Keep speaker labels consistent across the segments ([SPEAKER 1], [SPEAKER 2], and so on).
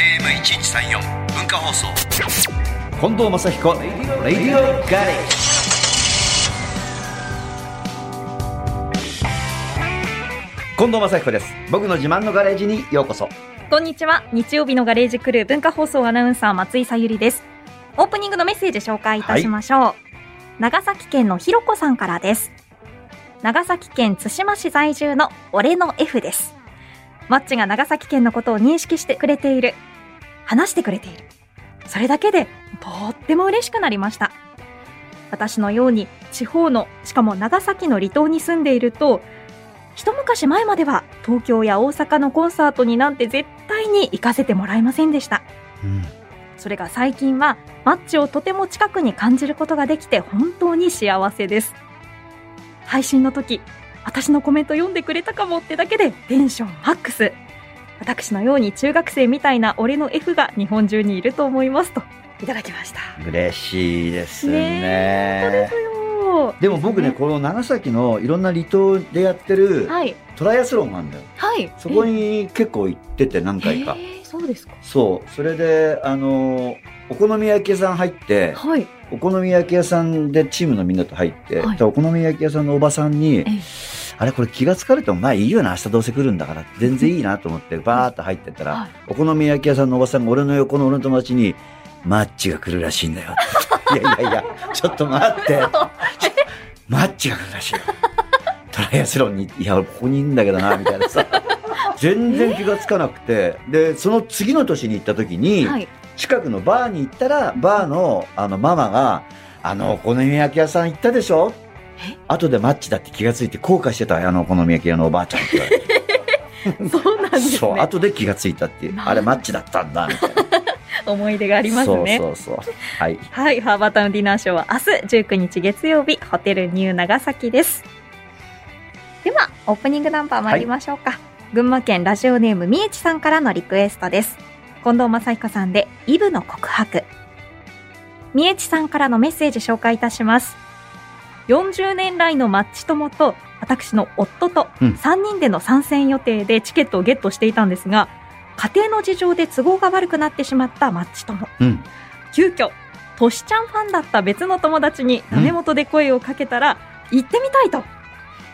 [SPEAKER 1] FM1134 文化放送
[SPEAKER 2] 近藤正彦レディオガレージ近藤正彦です僕の自慢のガレージにようこそ
[SPEAKER 3] こんにちは。日曜日のガレージクルー文化放送アナウンサー松井さゆりです。オープニングのメッセージ紹介いたしましょう。長崎県のひろこさんからです。長崎県津島市在住の俺の F です。マッチが長崎県のことを認識してくれている。話してくれている。それだけでとっても嬉しくなりました。私のように地方の、しかも長崎の離島に住んでいると、一昔前までは東京や大阪のコンサートになんて絶対に行かせてもらえませんでしたそれが最近はマッチをとても近くに感じることができて本当に幸せです配信の時私のコメント読んでくれたかもってだけでテンションマックス私のように中学生みたいな俺の F が日本中にいると思いますといただきました
[SPEAKER 2] 嬉しいですね
[SPEAKER 3] ね本当ですよ
[SPEAKER 2] でも僕ねこの長崎のいろんな離島でやってる
[SPEAKER 3] はい
[SPEAKER 2] トライアスロンがあるんだよ
[SPEAKER 3] はい
[SPEAKER 2] そこに結構行ってて何回か
[SPEAKER 3] えーそうですか
[SPEAKER 2] そうそれであのお好み焼き屋さん入って
[SPEAKER 3] はい
[SPEAKER 2] お好み焼き屋さんでチームのみんなと入って、
[SPEAKER 3] はい
[SPEAKER 2] でお好み焼き屋さんのおばさんに、
[SPEAKER 3] え
[SPEAKER 2] あれこれ気が疲れてもまあいいよな明日どうせ来るんだから全然いいなと思ってバーッと入ってったら、
[SPEAKER 3] はい
[SPEAKER 2] お好み焼き屋さんのおばさんが俺の横の俺の友達にマッチが来るらしいんだよって いやいやいやちょっと待ってマッチが来るらしいよトライアスロンにいや俺ここにいるんだけどなみたいなさ全然気がつかなくてでその次の年に行った時に、
[SPEAKER 3] はい
[SPEAKER 2] 近くのバーに行ったらバーのあのママが「あのお好み焼き屋さん行ったでしょ
[SPEAKER 3] え
[SPEAKER 2] 後でマッチだって気がついて後悔してたあのお好み焼き屋のおばあちゃん」って言われて
[SPEAKER 3] そうなんです
[SPEAKER 2] そう
[SPEAKER 3] ね
[SPEAKER 2] 後で気がついたっていう
[SPEAKER 3] なるほど
[SPEAKER 2] あれマッチだったんだみたいな
[SPEAKER 3] 思い出がありますね
[SPEAKER 2] そうそうそうはい
[SPEAKER 3] はい、ハーバータウンディナーショーは明日19日月曜日、ホテルニュー長崎です。では、オープニングナンバー参りましょうか。群馬県ラジオネームみえちさんからのリクエストです。近藤正彦さんで、イブの告白。みえちさんからのメッセージ紹介いたします。40年来のマッチ友と、私の夫と
[SPEAKER 2] うん
[SPEAKER 3] 3人での参戦予定でチケットをゲットしていたんですが、家庭の事情で都合が悪くなってしまったマッチ友。
[SPEAKER 2] うん
[SPEAKER 3] 急遽トシちゃんファンだった別の友達にダメ元で声をかけたら、行ってみたいと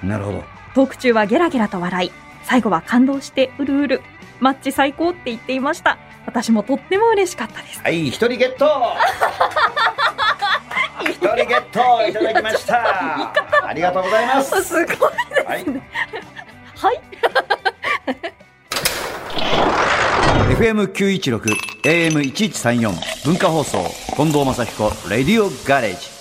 [SPEAKER 2] なるほど
[SPEAKER 3] トーク中はゲラゲラと笑い最後は感動してうるうるマッチ最高って言っていました私もとっても嬉しかったです
[SPEAKER 2] はい一人ゲ ット一人ゲットいただきま したありがとうございます
[SPEAKER 3] あすごい
[SPEAKER 2] はい
[SPEAKER 3] はい、
[SPEAKER 2] FM916 AM1134 文化放送近藤正彦レディオガレージ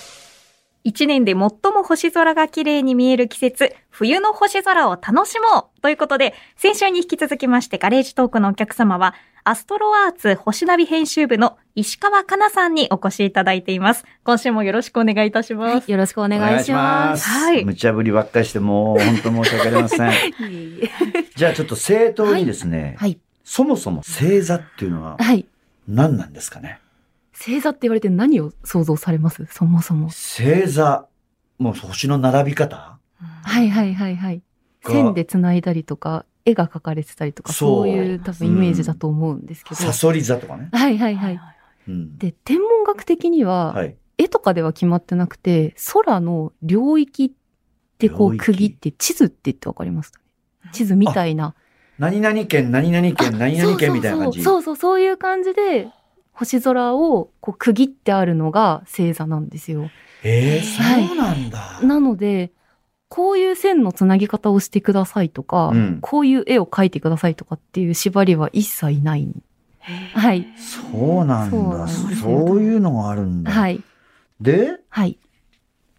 [SPEAKER 3] 一年で最も星空が綺麗に見える季節、冬の星空を楽しもうということで、先週に引き続きましてガレージトークのお客様は、アストロアーツ星ナビ編集部の石川かなさんにお越しいただいています。今週もよろしくお願いいたします。
[SPEAKER 4] よろしくお願いします。
[SPEAKER 3] すはい
[SPEAKER 2] 無茶ぶりばっかりしてもう本当申し訳ありません
[SPEAKER 4] いえいえ
[SPEAKER 2] じゃあちょっと正当にですね、
[SPEAKER 4] はい。
[SPEAKER 2] そもそも星座っていうのは
[SPEAKER 4] はい。
[SPEAKER 2] 何なんですかね
[SPEAKER 4] 星座って言われて何を想像されますそもそも。
[SPEAKER 2] 星座もう星の並び方
[SPEAKER 4] はいはいはいはい。
[SPEAKER 2] が
[SPEAKER 4] 線で繋いだりとか、絵が描かれてたりとか、
[SPEAKER 2] そう
[SPEAKER 4] そういう多分イメージだと思うんですけど。
[SPEAKER 2] サソリ座とかね、
[SPEAKER 4] はいはいはい。
[SPEAKER 2] うん、
[SPEAKER 4] で、天文学的には、
[SPEAKER 2] はい
[SPEAKER 4] 絵とかでは決まってなくて、空の領域って
[SPEAKER 2] 領
[SPEAKER 4] こう
[SPEAKER 2] 域
[SPEAKER 4] 区切って、地図って言ってわかりますかね地図みたいな。
[SPEAKER 2] 何々県何々県何々県みたいな感じ
[SPEAKER 4] そうそうそうそうそういう感じで星空をこう区切ってあるのが星座なんですよ
[SPEAKER 2] えー、
[SPEAKER 4] はい
[SPEAKER 2] そうなんだ、
[SPEAKER 4] なのでこういう線のつなぎ方をしてくださいとか、
[SPEAKER 2] うん
[SPEAKER 4] こういう絵を描いてくださいとかっていう縛りは一切ないはい
[SPEAKER 2] そうなん
[SPEAKER 4] そう
[SPEAKER 2] だ
[SPEAKER 4] なん
[SPEAKER 2] そ
[SPEAKER 4] ですよ
[SPEAKER 2] ういうのがあるんだ、
[SPEAKER 4] はい
[SPEAKER 2] で
[SPEAKER 4] はい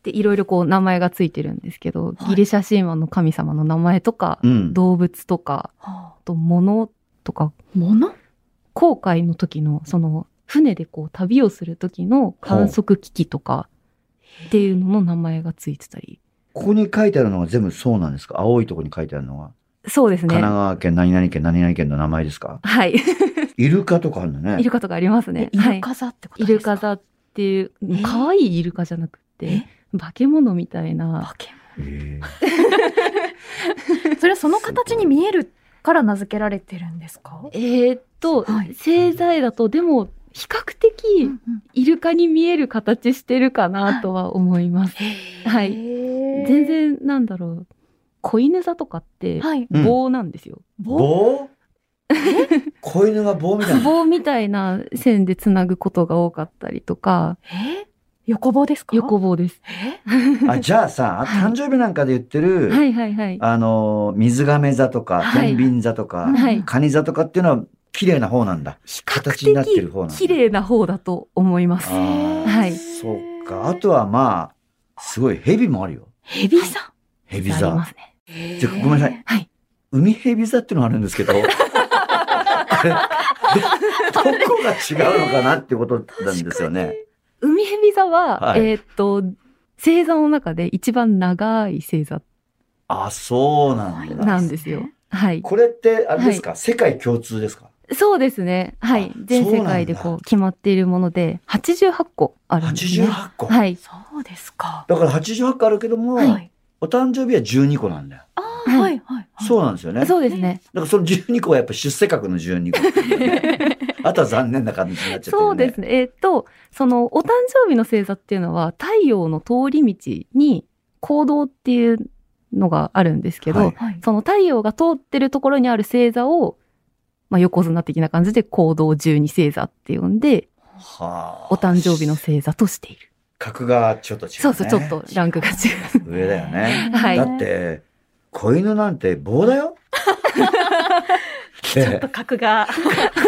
[SPEAKER 4] でいろいろこう名前がついてるんですけど、
[SPEAKER 3] はい
[SPEAKER 4] ギリシャ神話の神様の名前とか、
[SPEAKER 2] うん
[SPEAKER 4] 動物とかあと物とか
[SPEAKER 3] 物
[SPEAKER 4] 航海の時の、その、船でこう旅をする時の観測機器とかっていうのの名前がついてたり。
[SPEAKER 2] ここに書いてあるのが全部そうなんですか青いとこに書いてあるのは。
[SPEAKER 4] そうです
[SPEAKER 2] 神
[SPEAKER 4] ね。
[SPEAKER 2] 奈川県何々県何々県の名前ですか
[SPEAKER 4] はい。
[SPEAKER 2] イルカとかあるんだ
[SPEAKER 4] イ
[SPEAKER 2] ね
[SPEAKER 4] ル。カとかありますね。
[SPEAKER 3] イル
[SPEAKER 4] は
[SPEAKER 3] カ座ってこ
[SPEAKER 4] い、
[SPEAKER 3] と
[SPEAKER 4] イ
[SPEAKER 3] で
[SPEAKER 4] ル
[SPEAKER 3] すか、
[SPEAKER 4] カ座っていう
[SPEAKER 3] ー、
[SPEAKER 4] 可愛いイルカじゃなく
[SPEAKER 3] え
[SPEAKER 4] て、化け物みたいな、
[SPEAKER 3] 化け
[SPEAKER 2] えー
[SPEAKER 3] それはその形に見えるから名付けられてるんですか
[SPEAKER 4] えーっと、
[SPEAKER 3] はい
[SPEAKER 4] 製剤だとでも比較的イルカに見える形してるかなとは思います。はい全
[SPEAKER 3] 全
[SPEAKER 4] 然なんだろう子犬座とかって
[SPEAKER 3] はい
[SPEAKER 2] うん
[SPEAKER 4] 棒なんですよ。
[SPEAKER 2] 棒子犬が棒みたいな。
[SPEAKER 4] 棒みたいな線でつなぐことが多かったりとか
[SPEAKER 3] え横棒ですか
[SPEAKER 4] 横棒です。
[SPEAKER 3] え
[SPEAKER 2] あ、じゃあさ、
[SPEAKER 4] はい
[SPEAKER 2] 誕生日なんかで言ってる、
[SPEAKER 4] はいはいはい。
[SPEAKER 2] あの、水亀座とか、
[SPEAKER 4] はい
[SPEAKER 2] 天秤座とか、
[SPEAKER 4] はい
[SPEAKER 2] カニ座とかっていうのは綺麗な方なんだ。
[SPEAKER 4] 比較
[SPEAKER 2] 形になってる方なんだ
[SPEAKER 4] 的綺麗な方だと思います。
[SPEAKER 2] あー
[SPEAKER 4] はい
[SPEAKER 2] そうか。あとはまあ、すごい蛇もあるよ。
[SPEAKER 3] ヘビさ
[SPEAKER 2] 蛇
[SPEAKER 4] ありま
[SPEAKER 2] 座。
[SPEAKER 4] すね。
[SPEAKER 3] ん
[SPEAKER 2] じゃあごめんなさい。
[SPEAKER 4] はい。
[SPEAKER 2] 海蛇座っていうのがあるん ですけど、これど、どこが違うのかなってことなんですよね。
[SPEAKER 4] 海蛇座は、
[SPEAKER 2] はい
[SPEAKER 4] えーっと、星座の中で一番長い星座
[SPEAKER 2] あ、そうなんだ。
[SPEAKER 4] なんですよ。はい。
[SPEAKER 2] これって、あれですか、世界共通ですか
[SPEAKER 4] そうですね。はい
[SPEAKER 2] あ。
[SPEAKER 4] 全世界で
[SPEAKER 2] そう
[SPEAKER 4] こ
[SPEAKER 2] なん
[SPEAKER 4] う決まっているもので、88個あるんですね。
[SPEAKER 2] ?88 個。
[SPEAKER 4] はい。
[SPEAKER 3] そうですか。
[SPEAKER 2] だから88個あるけども、
[SPEAKER 3] はい。
[SPEAKER 2] お誕生日は12個なんだよ。
[SPEAKER 3] ああ、はい、はいはい。
[SPEAKER 2] そうなんですよね。
[SPEAKER 4] そうですね。
[SPEAKER 2] だからその12個はやっぱ出世格の12個っていう ね。あとは残念な感じになっちゃってるね。
[SPEAKER 4] そうですね。えーっと、その、お誕生日の星座っていうのは、太陽の通り道に行動っていうのがあるんですけど、
[SPEAKER 2] はい
[SPEAKER 3] はい。
[SPEAKER 4] その太陽が通ってるところにある星座を、まあ、横綱的な感じで行動12星座って呼んで、
[SPEAKER 2] はあ。
[SPEAKER 4] お誕生日の星座としている。
[SPEAKER 2] 格がちょっと違う、ね。
[SPEAKER 4] そうそう、ちょっとランクが違う。
[SPEAKER 2] 上だよね。
[SPEAKER 4] はい
[SPEAKER 2] だって、子犬なんて棒だよ。
[SPEAKER 3] ちょっと格 が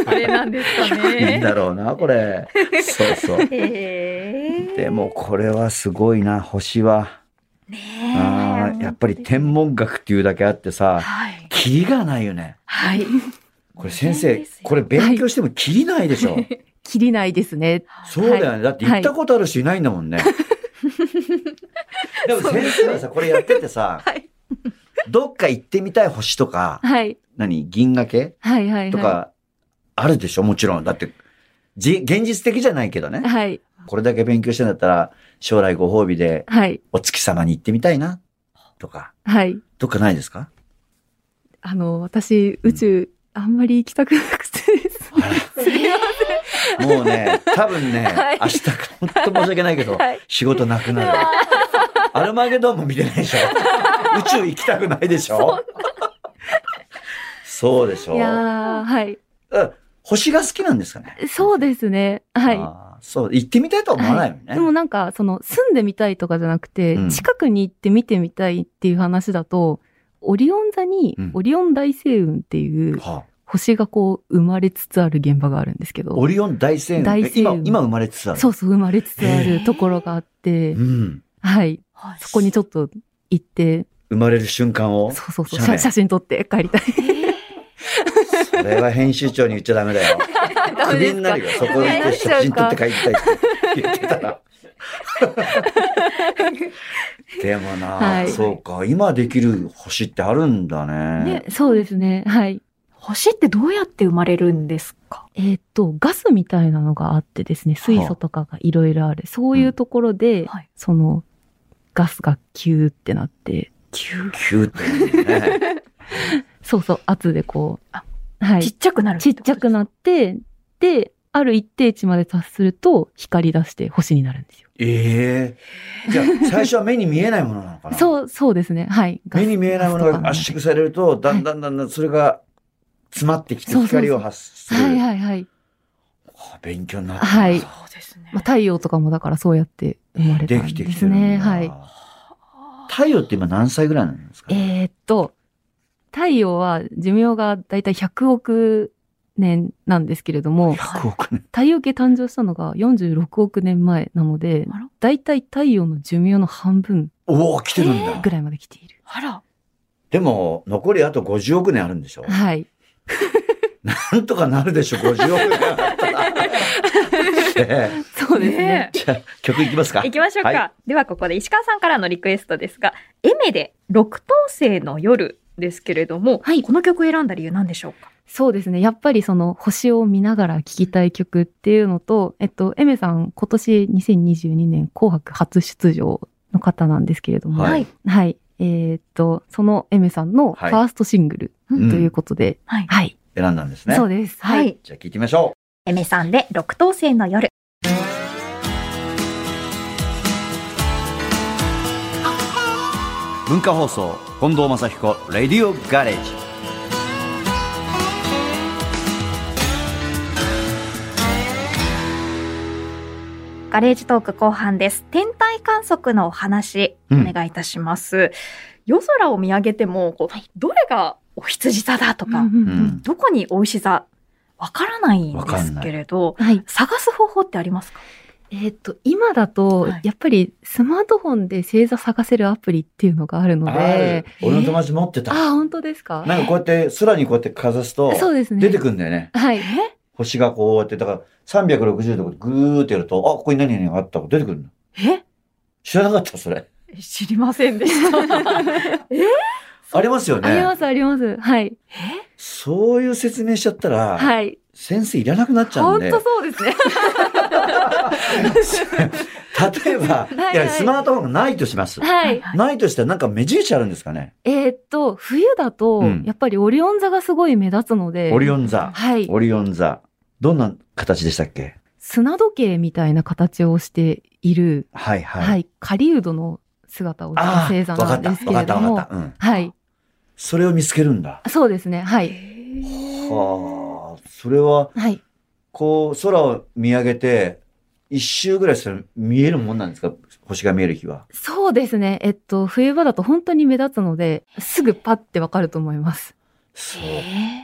[SPEAKER 3] あれなんですか
[SPEAKER 2] いいん
[SPEAKER 3] ね。
[SPEAKER 2] だろうな、これ。そうそう。
[SPEAKER 3] え
[SPEAKER 2] でもこれはすごいな、星は。
[SPEAKER 3] ね
[SPEAKER 2] あーやっぱり天文学っていうだけあってさ、
[SPEAKER 3] はい。
[SPEAKER 2] キリがないよね。
[SPEAKER 3] はい。
[SPEAKER 2] これ先
[SPEAKER 3] そうで
[SPEAKER 2] 生
[SPEAKER 3] す、よ
[SPEAKER 2] これ勉強してもキリないでしょ。
[SPEAKER 4] 切りないですね。
[SPEAKER 2] そうだよね。だって行ったことある人いないんだもんね。でも先生はさ、これやっててさ、
[SPEAKER 3] はい
[SPEAKER 2] どっか行ってみたい星とか、
[SPEAKER 4] はい。
[SPEAKER 2] 何銀河系
[SPEAKER 4] はいはいはい。
[SPEAKER 2] とか、あるでしょもちろん。だって、じ、現実的じゃないけどね。
[SPEAKER 4] はい。
[SPEAKER 2] これだけ勉強してんだったら、将来ご褒美で
[SPEAKER 4] はい。
[SPEAKER 2] お月様に行ってみたいな、とか。
[SPEAKER 4] はい。
[SPEAKER 2] どっかないですか
[SPEAKER 4] あの、私、宇宙、あんまり行きたくなく てです。すみま
[SPEAKER 2] もう ね、多分ね、
[SPEAKER 4] はい
[SPEAKER 2] 明日か、本当申し訳ないけど、
[SPEAKER 4] はい
[SPEAKER 2] 仕事なくなる。アルマゲドンも見てないで しょ宇宙行きたくないでしょそうでし
[SPEAKER 4] せん。
[SPEAKER 2] ょ
[SPEAKER 4] いやー、はい。
[SPEAKER 2] うん星が好きなんですかね
[SPEAKER 4] そうですね。はい。
[SPEAKER 2] あーそう、行ってみたいとは思わないよね。
[SPEAKER 4] でもなんか、その、住んでみたいとかじゃなくて、
[SPEAKER 2] うん
[SPEAKER 4] 近くに行って見てみたいっていう話だと、オリオン座に
[SPEAKER 2] うん、
[SPEAKER 4] オリオン大星雲っていう
[SPEAKER 2] はあ
[SPEAKER 4] 星がこう、生まれつつある現場があるんですけど、
[SPEAKER 2] オリオン大星雲。
[SPEAKER 4] 大
[SPEAKER 2] え
[SPEAKER 4] 星
[SPEAKER 2] 今、
[SPEAKER 4] 雲
[SPEAKER 2] 今生まれつつある。
[SPEAKER 4] そうそう、生まれつつあるところがあって
[SPEAKER 2] う、ん。
[SPEAKER 4] はい。そこにちょっと行って、
[SPEAKER 2] 生まれる瞬間を。
[SPEAKER 4] そうそうそう、
[SPEAKER 2] 写メ
[SPEAKER 4] 写写真撮って帰りたい。
[SPEAKER 2] それは編集長に言っちゃダメだよ。
[SPEAKER 4] ダ
[SPEAKER 2] ク
[SPEAKER 4] メ
[SPEAKER 2] ビに
[SPEAKER 4] です
[SPEAKER 2] な
[SPEAKER 4] か
[SPEAKER 2] るよ。そこに行って写真撮って帰りたいって言ってた ら。でもな、
[SPEAKER 4] はい
[SPEAKER 2] そうか。今できる星ってあるんだね。
[SPEAKER 4] ね、そうですね。はい。
[SPEAKER 3] 星ってどうやって生まれるんですか
[SPEAKER 4] えーっと、ガスみたいなのがあってですね、水素とかがいろいろある。そういうところで、
[SPEAKER 3] はい。
[SPEAKER 4] その、ガスがキューってなって、
[SPEAKER 3] 急
[SPEAKER 2] 急って ね。
[SPEAKER 4] そうそう、圧でこ
[SPEAKER 3] あ
[SPEAKER 4] う、は
[SPEAKER 3] ち
[SPEAKER 4] い
[SPEAKER 3] っ。ちゃくなる
[SPEAKER 4] ちっちゃくなって、で、ある一定値まで達すると、光り出して星になるんですよ。
[SPEAKER 2] ええじゃあ、最初は目に見えないものなのかなう。
[SPEAKER 4] そう、そうですね。はい。ガス
[SPEAKER 2] 目に見えないもの
[SPEAKER 4] ガスと
[SPEAKER 2] が
[SPEAKER 4] か
[SPEAKER 2] 圧縮されると、だんだんだんだんそれが詰まってきて光を発する。
[SPEAKER 4] はいはいはい。
[SPEAKER 2] あ勉強になったな。
[SPEAKER 4] はい。
[SPEAKER 3] そうですね
[SPEAKER 4] まあ、。太陽とかもだからそうやって生まれ
[SPEAKER 2] で
[SPEAKER 4] たん
[SPEAKER 2] きて
[SPEAKER 4] で
[SPEAKER 2] きて
[SPEAKER 4] す
[SPEAKER 2] る
[SPEAKER 4] ね。
[SPEAKER 2] んだ。
[SPEAKER 4] はい。
[SPEAKER 2] 太陽って今何歳ぐらいなんですか
[SPEAKER 4] えーっと、太陽は寿命がだいたい100億年なんですけれども、
[SPEAKER 2] 100億年。
[SPEAKER 4] 太陽系誕生したのが46億年前なので
[SPEAKER 3] あら、
[SPEAKER 4] だいたい太陽の寿命の半分
[SPEAKER 2] おお、来てるんだ
[SPEAKER 4] ぐ。らいまで来ている。
[SPEAKER 3] あら。
[SPEAKER 2] でも、残りあと50億年あるんでしょ
[SPEAKER 4] はい。
[SPEAKER 2] なんとかなるでしょ、50億年あった ら。ええ
[SPEAKER 4] そうですね
[SPEAKER 3] ね。
[SPEAKER 2] じゃあ、曲いきますか。
[SPEAKER 3] 行きましょうか。
[SPEAKER 2] は
[SPEAKER 3] ではここで石川さんからのリクエストですが、エメで六等星の夜ですけれども、
[SPEAKER 4] はい
[SPEAKER 3] この曲を選んだ理由なんでしょうか
[SPEAKER 4] そうですね。やっぱりその星を見ながら聴きたい曲っていうのと、えっと、エメさん今年2022年紅白初出場の方なんですけれども、
[SPEAKER 2] はい
[SPEAKER 4] はい。えーっと、そのエメさんのフ
[SPEAKER 2] は
[SPEAKER 4] ァ
[SPEAKER 2] い
[SPEAKER 4] ーストシングルと
[SPEAKER 2] ん
[SPEAKER 4] いうことで、
[SPEAKER 3] はい。
[SPEAKER 4] はい、
[SPEAKER 2] 選んだんですね。
[SPEAKER 4] そうです。
[SPEAKER 3] は
[SPEAKER 4] はいい。。
[SPEAKER 2] じゃあ聞いてみましょ
[SPEAKER 3] エメさんで六等星の夜。
[SPEAKER 2] う。文化放送、近藤正彦、レディオガレージ。
[SPEAKER 3] ガレージトーク後半です。天体観測のお話、お
[SPEAKER 2] うん
[SPEAKER 3] 願いいたします。夜空を見上げても、こう、どれがお羊座だとか、
[SPEAKER 4] うんうん
[SPEAKER 2] う
[SPEAKER 4] うん
[SPEAKER 2] ん。
[SPEAKER 3] どこにお牛座、わからないんですけれど、
[SPEAKER 4] はい。
[SPEAKER 3] 探す方法ってありますか
[SPEAKER 4] えーっと、今だと、
[SPEAKER 3] はい
[SPEAKER 4] やっぱりスマートフォンで星座探せるアプリっていうのがあるので、
[SPEAKER 2] あー俺の友
[SPEAKER 4] えー
[SPEAKER 2] 達持ってた。
[SPEAKER 4] あー、本当ですか
[SPEAKER 2] なんかこうやって空にこうやってかざすと、
[SPEAKER 4] そうですね。
[SPEAKER 2] 出てくるんだよね。
[SPEAKER 4] はい。
[SPEAKER 2] 星がこうやって、だから360度ぐーってやると、あ、ここに何々があった出てくるの。
[SPEAKER 3] え
[SPEAKER 2] 知らなかった、それ。
[SPEAKER 3] え知りませんでした。
[SPEAKER 2] ありますよ
[SPEAKER 4] あり
[SPEAKER 2] ね
[SPEAKER 4] ま。す、あります。はい。
[SPEAKER 2] そういう説明しちゃったら、
[SPEAKER 4] はい。
[SPEAKER 2] 先生いらなくなっちゃうん
[SPEAKER 4] 本
[SPEAKER 2] で
[SPEAKER 4] 当、そうです ね。
[SPEAKER 2] 例えば、
[SPEAKER 4] はい
[SPEAKER 2] いや、スマートフォンがないとします。
[SPEAKER 4] はい。
[SPEAKER 2] ないとしたらなんか目印あるんですかね。
[SPEAKER 4] えーっと、冬だと、
[SPEAKER 2] うん
[SPEAKER 4] やっぱりオリオン座がすごい目立つので、
[SPEAKER 2] オリオン座。
[SPEAKER 4] はい。
[SPEAKER 2] オリオン座。どんな形でしたっけ
[SPEAKER 4] 砂時計みたいな形をしている、
[SPEAKER 2] はいはい。
[SPEAKER 4] はい、狩人の姿をした
[SPEAKER 2] ああ、
[SPEAKER 4] 星座なんですけ
[SPEAKER 2] わか
[SPEAKER 4] れ
[SPEAKER 2] った、
[SPEAKER 4] ど
[SPEAKER 2] わかった、わか
[SPEAKER 4] も
[SPEAKER 2] っ、た。うん。
[SPEAKER 4] はい。
[SPEAKER 2] それを見つけるんだ。
[SPEAKER 4] そうですね。はい。
[SPEAKER 2] はあ、それは、
[SPEAKER 4] はい。
[SPEAKER 2] こう、空を見上げて、一周ぐらいしたら見えるもんなんですか星が見える日は。
[SPEAKER 4] そうですね。えっと、冬場だと本当に目立つので、すぐパッてわかると思います。
[SPEAKER 2] そ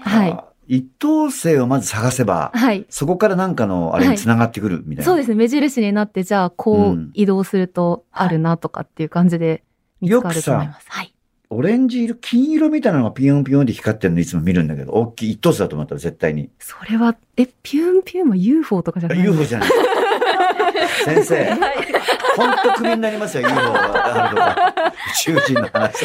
[SPEAKER 2] うか。。
[SPEAKER 4] はい
[SPEAKER 2] 一等星をまず探せば、
[SPEAKER 4] はい。
[SPEAKER 2] そこからなんかのあれに繋がってくるみたいな。
[SPEAKER 4] そうですね。目印になって、じゃあ、こ
[SPEAKER 2] う
[SPEAKER 4] うん移動するとあるなとかっていう感じで見つかると思います。はい。
[SPEAKER 2] オレンジ色、金色みたいなのがピヨンピヨンって光ってるのいつも見るんだけど、大きい一等星だと思ったら絶対に。
[SPEAKER 4] それは、え、ピュンピュンは UFO とかじゃ
[SPEAKER 2] あ
[SPEAKER 4] ない
[SPEAKER 2] UFO じゃない。先生、本当クビになりますよ、UFO があるとか。宇宙人の 話。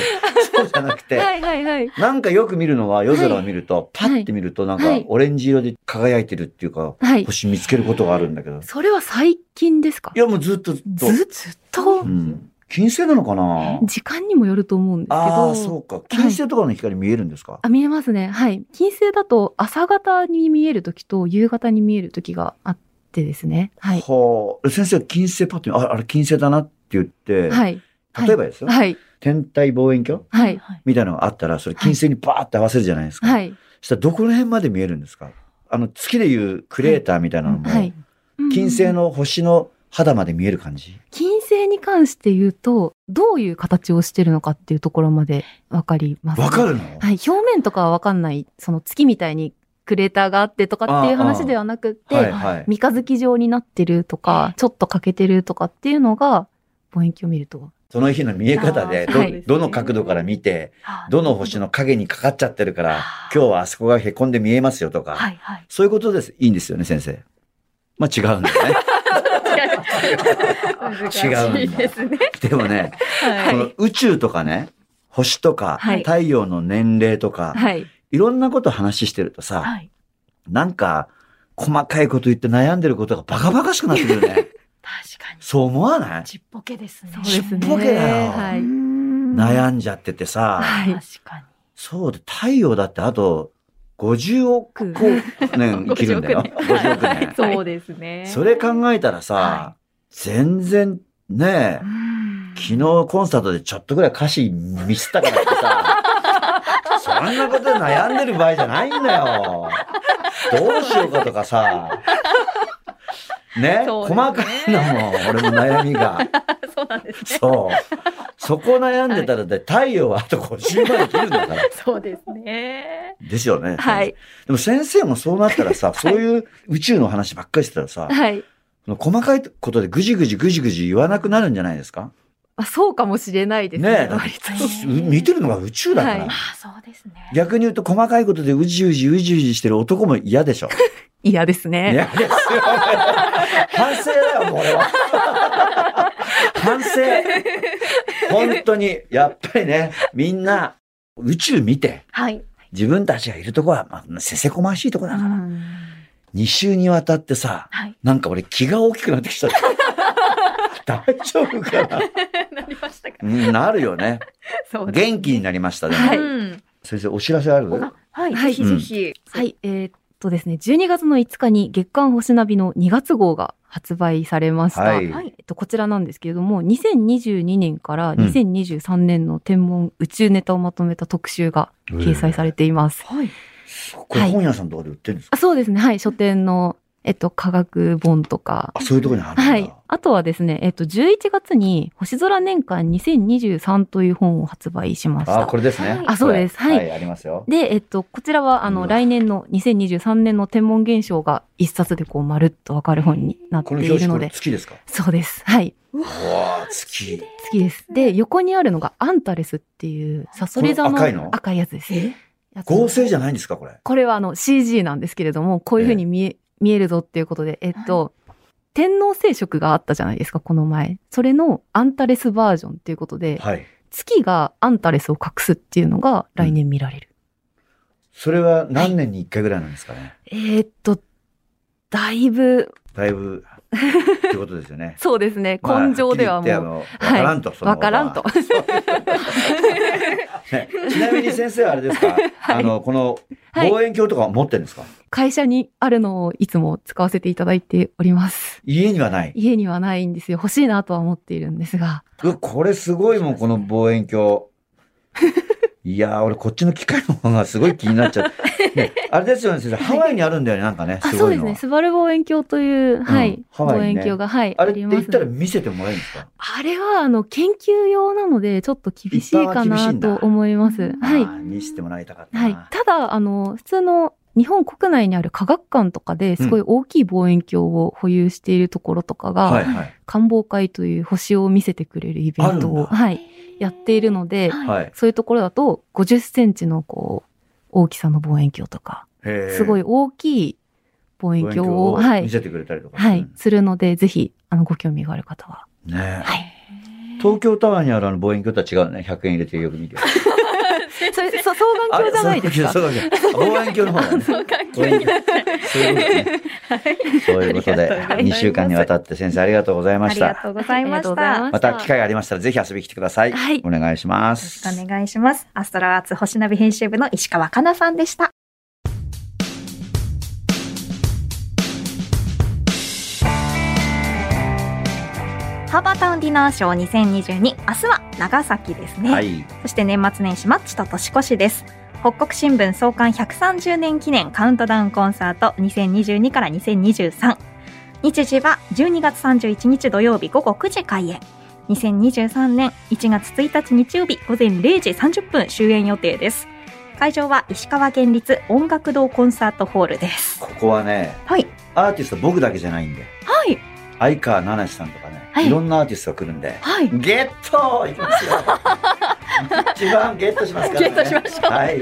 [SPEAKER 2] そうじゃなくて。
[SPEAKER 4] はいはいはい。
[SPEAKER 2] なんかよく見るのは夜空を見ると、パッて見るとなん
[SPEAKER 4] は
[SPEAKER 2] か
[SPEAKER 4] い
[SPEAKER 2] オレンジ色で輝いてるっていうか、
[SPEAKER 4] はい。
[SPEAKER 2] 星見つけることがあるんだけど。
[SPEAKER 4] それは最近ですか
[SPEAKER 2] いやもうずっとずっと。
[SPEAKER 4] ずっと
[SPEAKER 2] う、ん。金星なのかな
[SPEAKER 4] 時間にもよると思うんですけど。
[SPEAKER 2] ああ、そうか。金星とかの光見えるんですか、
[SPEAKER 4] あ見えますね。はい。金星だと朝方に見える時と夕方に見える時があってですね。はい。
[SPEAKER 2] はあ。先生、金星パッと見、ああれ金星だなって言って、
[SPEAKER 4] はい。
[SPEAKER 2] 例えばですよ、
[SPEAKER 4] はい。
[SPEAKER 2] 天体望遠鏡
[SPEAKER 4] はい。
[SPEAKER 2] みたいなのがあったら、それ金星にバーって合わせるじゃないですか。
[SPEAKER 4] はい。
[SPEAKER 2] したらどこら辺まで見えるんですかあの、月でいうクレーターみたいなのも、
[SPEAKER 4] はい。
[SPEAKER 2] 金
[SPEAKER 4] う
[SPEAKER 2] 星
[SPEAKER 4] ん。
[SPEAKER 2] の星の肌まで見える感じ、
[SPEAKER 4] 金星に関して言うと、どういう形をしてるのかっていうところまでわかります、
[SPEAKER 2] わか
[SPEAKER 4] る
[SPEAKER 2] るの、
[SPEAKER 4] はい。表面とかはわかんない、その月みたいにクレーターがあってとかっていう話ではなくって、
[SPEAKER 2] はいはい。
[SPEAKER 4] 三日月状になってるとか、ちょっと欠けてるとかっていうのが、望遠鏡を見ると。
[SPEAKER 2] その日の見え方で
[SPEAKER 4] あー
[SPEAKER 2] ど、
[SPEAKER 4] はい
[SPEAKER 2] どの角度から見て、どの星の影にかかっちゃってるから、今日はあそこがへこんで見えますよとか、
[SPEAKER 3] はいはい。
[SPEAKER 2] そういうことです。いいんですよね、先生。まあ違うんだよね。
[SPEAKER 3] 難しいですね。
[SPEAKER 2] でもね、
[SPEAKER 3] は
[SPEAKER 2] この宇宙とかね、星とか、
[SPEAKER 3] はい
[SPEAKER 2] 太陽の年齢とか、
[SPEAKER 4] はい。
[SPEAKER 2] いろんなこと話してるとさ、
[SPEAKER 3] はい。
[SPEAKER 2] なんか、細かいこと言って悩んでることがバカバカしくなってくるね。
[SPEAKER 3] 確かに。
[SPEAKER 2] そう思わない
[SPEAKER 3] ちっぽけですね。
[SPEAKER 4] そうですね。
[SPEAKER 2] ちっぽけだよ
[SPEAKER 4] は
[SPEAKER 3] う
[SPEAKER 4] い
[SPEAKER 3] ー。ん
[SPEAKER 2] 悩んじゃっててさ、
[SPEAKER 4] はい
[SPEAKER 3] 確かに。
[SPEAKER 2] そうで、太陽だってあと50億年生きるんだよ。50
[SPEAKER 3] 50
[SPEAKER 2] 億年。
[SPEAKER 3] そうですね。
[SPEAKER 2] それ考えたらさ、
[SPEAKER 3] は
[SPEAKER 2] 全然ね
[SPEAKER 3] う、ん
[SPEAKER 2] 昨日コンサートでちょっとぐらい歌詞ミスったからってさ、 そんなことで悩んでる場合じゃないんだよ。どうしようかとかさ、ね、
[SPEAKER 3] そうですね
[SPEAKER 2] 細かいのもん、俺も悩みが。
[SPEAKER 3] そうなんですね。
[SPEAKER 2] そう。そこ悩んでたらで、太陽はあと50万生きるんだから。
[SPEAKER 3] そうですね。
[SPEAKER 2] ですよね。
[SPEAKER 4] はい。
[SPEAKER 2] でも先生もそうなったら さ、そういう宇宙の話ばっかりしてたらさ、
[SPEAKER 4] はい。
[SPEAKER 2] その細かいことでぐじぐじぐじぐじ言わなくなるんじゃないですか
[SPEAKER 4] あそうかもしれないですね。
[SPEAKER 2] ねえ
[SPEAKER 4] 割と
[SPEAKER 3] ね
[SPEAKER 2] 見てるのが宇宙だから。
[SPEAKER 4] はい
[SPEAKER 3] まあそうですね。
[SPEAKER 2] 逆に言うと細かいことでうじうじうじうじしてる男も嫌 でしょ。
[SPEAKER 4] 嫌ですね。
[SPEAKER 2] 嫌ですよ。反省だよ、これは。 反省。本当に、やっぱりね、みんな宇宙見て、
[SPEAKER 3] はい。
[SPEAKER 2] 自分たちがいるとこは、まあ、せせこましいとこだから、2週にわたってさ、
[SPEAKER 3] はい。
[SPEAKER 2] なんか俺気が大きくなってきちゃ った。大丈夫かな
[SPEAKER 3] なりましたか。
[SPEAKER 2] うんなるよね。
[SPEAKER 3] そうです
[SPEAKER 2] 元気になりましたね。
[SPEAKER 4] はい
[SPEAKER 3] うん
[SPEAKER 2] 先生、お知らせある
[SPEAKER 3] あはい、
[SPEAKER 4] はい
[SPEAKER 3] ぜひぜひ。
[SPEAKER 4] はい、えーっとですね、12月の5日に月刊星ナビの2月号が発売されました。
[SPEAKER 2] はい。
[SPEAKER 3] はい
[SPEAKER 4] えっと、こちらなんですけれども、2022年から
[SPEAKER 2] うん
[SPEAKER 4] 2023年の天文宇宙ネタをまとめた特集が掲載されています。
[SPEAKER 3] はい。
[SPEAKER 2] これ本屋さんとかで売ってるんですか、
[SPEAKER 4] あそうですね、はい、書店の、えっと、科学本とか、
[SPEAKER 2] あ、そういうところにあるんだ。
[SPEAKER 4] はい。あとはですね、えっと、11月に星空年間2023という本を発売しまし
[SPEAKER 2] あ、
[SPEAKER 4] た
[SPEAKER 2] こ。れですね
[SPEAKER 3] はい。
[SPEAKER 4] あそうです
[SPEAKER 2] これ
[SPEAKER 4] は
[SPEAKER 2] はい、ありますよ。
[SPEAKER 4] で、えっと、こちらは、あ
[SPEAKER 2] う
[SPEAKER 4] の、
[SPEAKER 2] わ
[SPEAKER 4] 来年の2023年の天文現象が一冊でこう、まるっとわかる本になって
[SPEAKER 2] こ
[SPEAKER 4] い
[SPEAKER 2] の表
[SPEAKER 4] る
[SPEAKER 2] 紙、こ
[SPEAKER 4] の
[SPEAKER 2] れ
[SPEAKER 4] で。
[SPEAKER 2] 月ですか
[SPEAKER 4] そうです。はい。
[SPEAKER 3] う
[SPEAKER 2] うわー、月。
[SPEAKER 4] 好きです。で、横にあるのがアンタレスっていう、サソリ座
[SPEAKER 2] こ
[SPEAKER 4] の
[SPEAKER 2] れ赤いの
[SPEAKER 4] 赤いやつです。やつ
[SPEAKER 2] 合成じゃないんですかこれ。
[SPEAKER 4] これはあの CG なんですけれども、こういう風に見え、見えるぞっていうことで、えっと、天皇聖職があったじゃないですか、この前。それのアンタレスバージョンっていうことで、
[SPEAKER 2] はい。
[SPEAKER 4] 月がアンタレスを隠すっていうのが来年見られる。
[SPEAKER 2] それは何年に一回ぐらいなんですかね。
[SPEAKER 4] えーっと、だいぶ、。
[SPEAKER 2] だいぶ、ってことですよね
[SPEAKER 4] そうですね、
[SPEAKER 2] まあ
[SPEAKER 4] 根性ではもう、
[SPEAKER 2] はっきり言ってあのわからんと、その
[SPEAKER 4] わからんと。
[SPEAKER 2] ねちなみに先生はあれですかあの、この
[SPEAKER 4] はい
[SPEAKER 2] 望遠鏡とかは持ってるんですか
[SPEAKER 4] 会社にあるのをいつも使わせていただいております。
[SPEAKER 2] 家にはない。
[SPEAKER 4] 家にはないんですよ。欲しいなとは思っているんですが。
[SPEAKER 2] うわこれすごいもん、この望遠 鏡。いやー、俺こっちの機械の方がすごい気にな っちゃって。ねあれですよね、先生。ハワイにあるんだよね、なんかね。
[SPEAKER 4] あ、
[SPEAKER 2] す
[SPEAKER 4] そ
[SPEAKER 2] ごい
[SPEAKER 4] うです
[SPEAKER 2] のは
[SPEAKER 4] ね。スバル望遠鏡という、は
[SPEAKER 2] う
[SPEAKER 4] い
[SPEAKER 2] ん、ハワイ
[SPEAKER 4] 望
[SPEAKER 2] ね
[SPEAKER 4] 遠鏡が、はい、
[SPEAKER 2] あ
[SPEAKER 4] あ
[SPEAKER 2] れって
[SPEAKER 4] りま
[SPEAKER 2] 言っ
[SPEAKER 4] す
[SPEAKER 2] た。ら見せてもらえるんですか
[SPEAKER 4] あれは、あの、研究用なので、ちょっと厳しいか
[SPEAKER 2] 一般は厳しい
[SPEAKER 4] なん
[SPEAKER 2] だ
[SPEAKER 4] と思います。はい
[SPEAKER 2] あ。ー見せてもらいたかったな。
[SPEAKER 4] はい。ただ、あの、普通の日本国内にある科学館とかですごい大きい望遠鏡を保有しているところとかが、
[SPEAKER 2] はいはい。
[SPEAKER 4] 官房会という星を見せてくれるイベント
[SPEAKER 2] あるんだ
[SPEAKER 4] を、はい、やっているので、
[SPEAKER 2] はい。
[SPEAKER 4] そういうところだと、50センチのこう、大きさの望遠鏡とか、
[SPEAKER 2] へー
[SPEAKER 4] すごい大きい望遠鏡を、
[SPEAKER 2] 望遠
[SPEAKER 4] は
[SPEAKER 2] 見
[SPEAKER 4] い、
[SPEAKER 2] せてくれたりとか。
[SPEAKER 4] はい
[SPEAKER 2] うん、
[SPEAKER 4] するので、ぜひ、あの、ご興味がある 方は。
[SPEAKER 2] ねえ
[SPEAKER 4] はい。
[SPEAKER 2] 東京タワーにあるあの望遠鏡とは違うね。100円入れてよく見 て。
[SPEAKER 4] それ、そ双眼鏡じゃないですか。
[SPEAKER 2] そうだけど、そうだけど望遠鏡の方だね。
[SPEAKER 3] そう関係になっちゃう。
[SPEAKER 2] そういうことね。そういうこと
[SPEAKER 3] ありがとうござ
[SPEAKER 2] で
[SPEAKER 3] い
[SPEAKER 2] 2
[SPEAKER 3] ま、す
[SPEAKER 2] 週間にわたって先生ありがとうございま
[SPEAKER 3] あ
[SPEAKER 2] し
[SPEAKER 3] りが
[SPEAKER 2] た。
[SPEAKER 3] とうございました。よ
[SPEAKER 2] また機会がありましたらぜひ遊びに来てください。
[SPEAKER 4] はい
[SPEAKER 2] お願いしま
[SPEAKER 3] ろし
[SPEAKER 2] す。
[SPEAKER 3] くお願いします。アストラアーツ星ナビ編集部の石川かなさんでした。ハーバータウンディナーショー2022明日は長崎ですね。
[SPEAKER 2] はい。
[SPEAKER 3] そして年末年始マッチと年越しです。北国新聞創刊130年記念カウントダウンコンサート2022から2023。日時は12月31日土曜日午後9時開演。2023年1月1日日曜日午前0時30分終演予定です。会場は石川県立音楽堂コンサートホールです。
[SPEAKER 2] ここはね、
[SPEAKER 3] はい。
[SPEAKER 2] アーティスト僕だけじゃないんで、
[SPEAKER 3] はい。
[SPEAKER 2] 相川七志さんとかね、
[SPEAKER 3] はい
[SPEAKER 2] いろんなアーティストが来るんで、
[SPEAKER 3] はい。
[SPEAKER 2] ゲットいきます よ。一番ゲットしますからね。
[SPEAKER 3] ゲットしましょう
[SPEAKER 2] はい。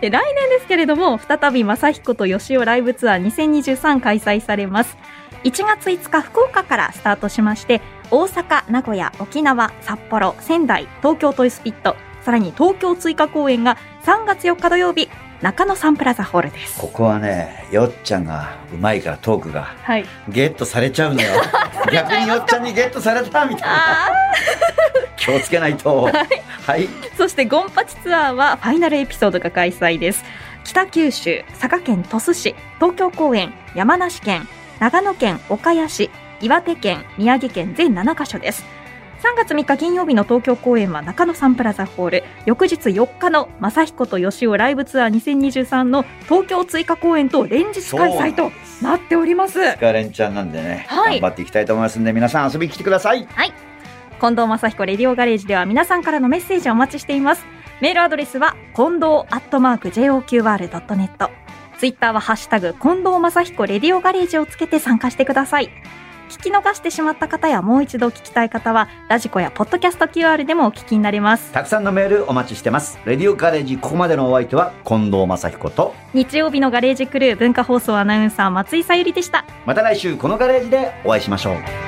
[SPEAKER 3] で来年ですけれども再び正彦と吉尾ライブツアー2023開催されます1月5日福岡からスタートしまして大阪名古屋沖縄札幌仙台東京トイスピットさらに東京追加公演が3月4日土曜日中野サンプラザホールです
[SPEAKER 2] ここはね、よっちゃんがうまいからトークが、
[SPEAKER 3] はい
[SPEAKER 2] ゲットされちゃう のよ。逆によっちゃんにゲットされたみたいな。
[SPEAKER 3] あ
[SPEAKER 2] 気をつけないと。はい。
[SPEAKER 3] ーそしてゴンパチツアーはファイナルエピソードが開催です北九州佐賀県鳥栖市東京公演山梨県長野県岡谷市岩手県宮城県全7カ所です3月3日金曜日の東京公演は中野サンプラザホール翌日4日の正彦と吉尾ライブツアー2023の東京追加公演と連日開催となっております
[SPEAKER 2] スカレンちゃんなんでね、
[SPEAKER 3] はい
[SPEAKER 2] 頑張っていきたいと思いますんで、皆さん遊びに来てください。
[SPEAKER 3] 近藤正彦レディオガレージでは皆さんからのメッセージをお待ちしていますメールアドレスは近藤アットマーク JOQR.net ツイッターはハッシュタグ近藤正彦レディオガレージをつけて参加してください聞き逃してしまった方やもう一度聞きたい方はラジコやポッドキャスト QR でもお聞きになれます
[SPEAKER 2] たくさんのメールお待ちしてます。レディオカレージ、ここまでのお相手は、近藤正彦と、
[SPEAKER 3] 日曜日のガレージクルー文化放送アナウンサー松井さゆりでした
[SPEAKER 2] また来週このガレージでお会いしましょう。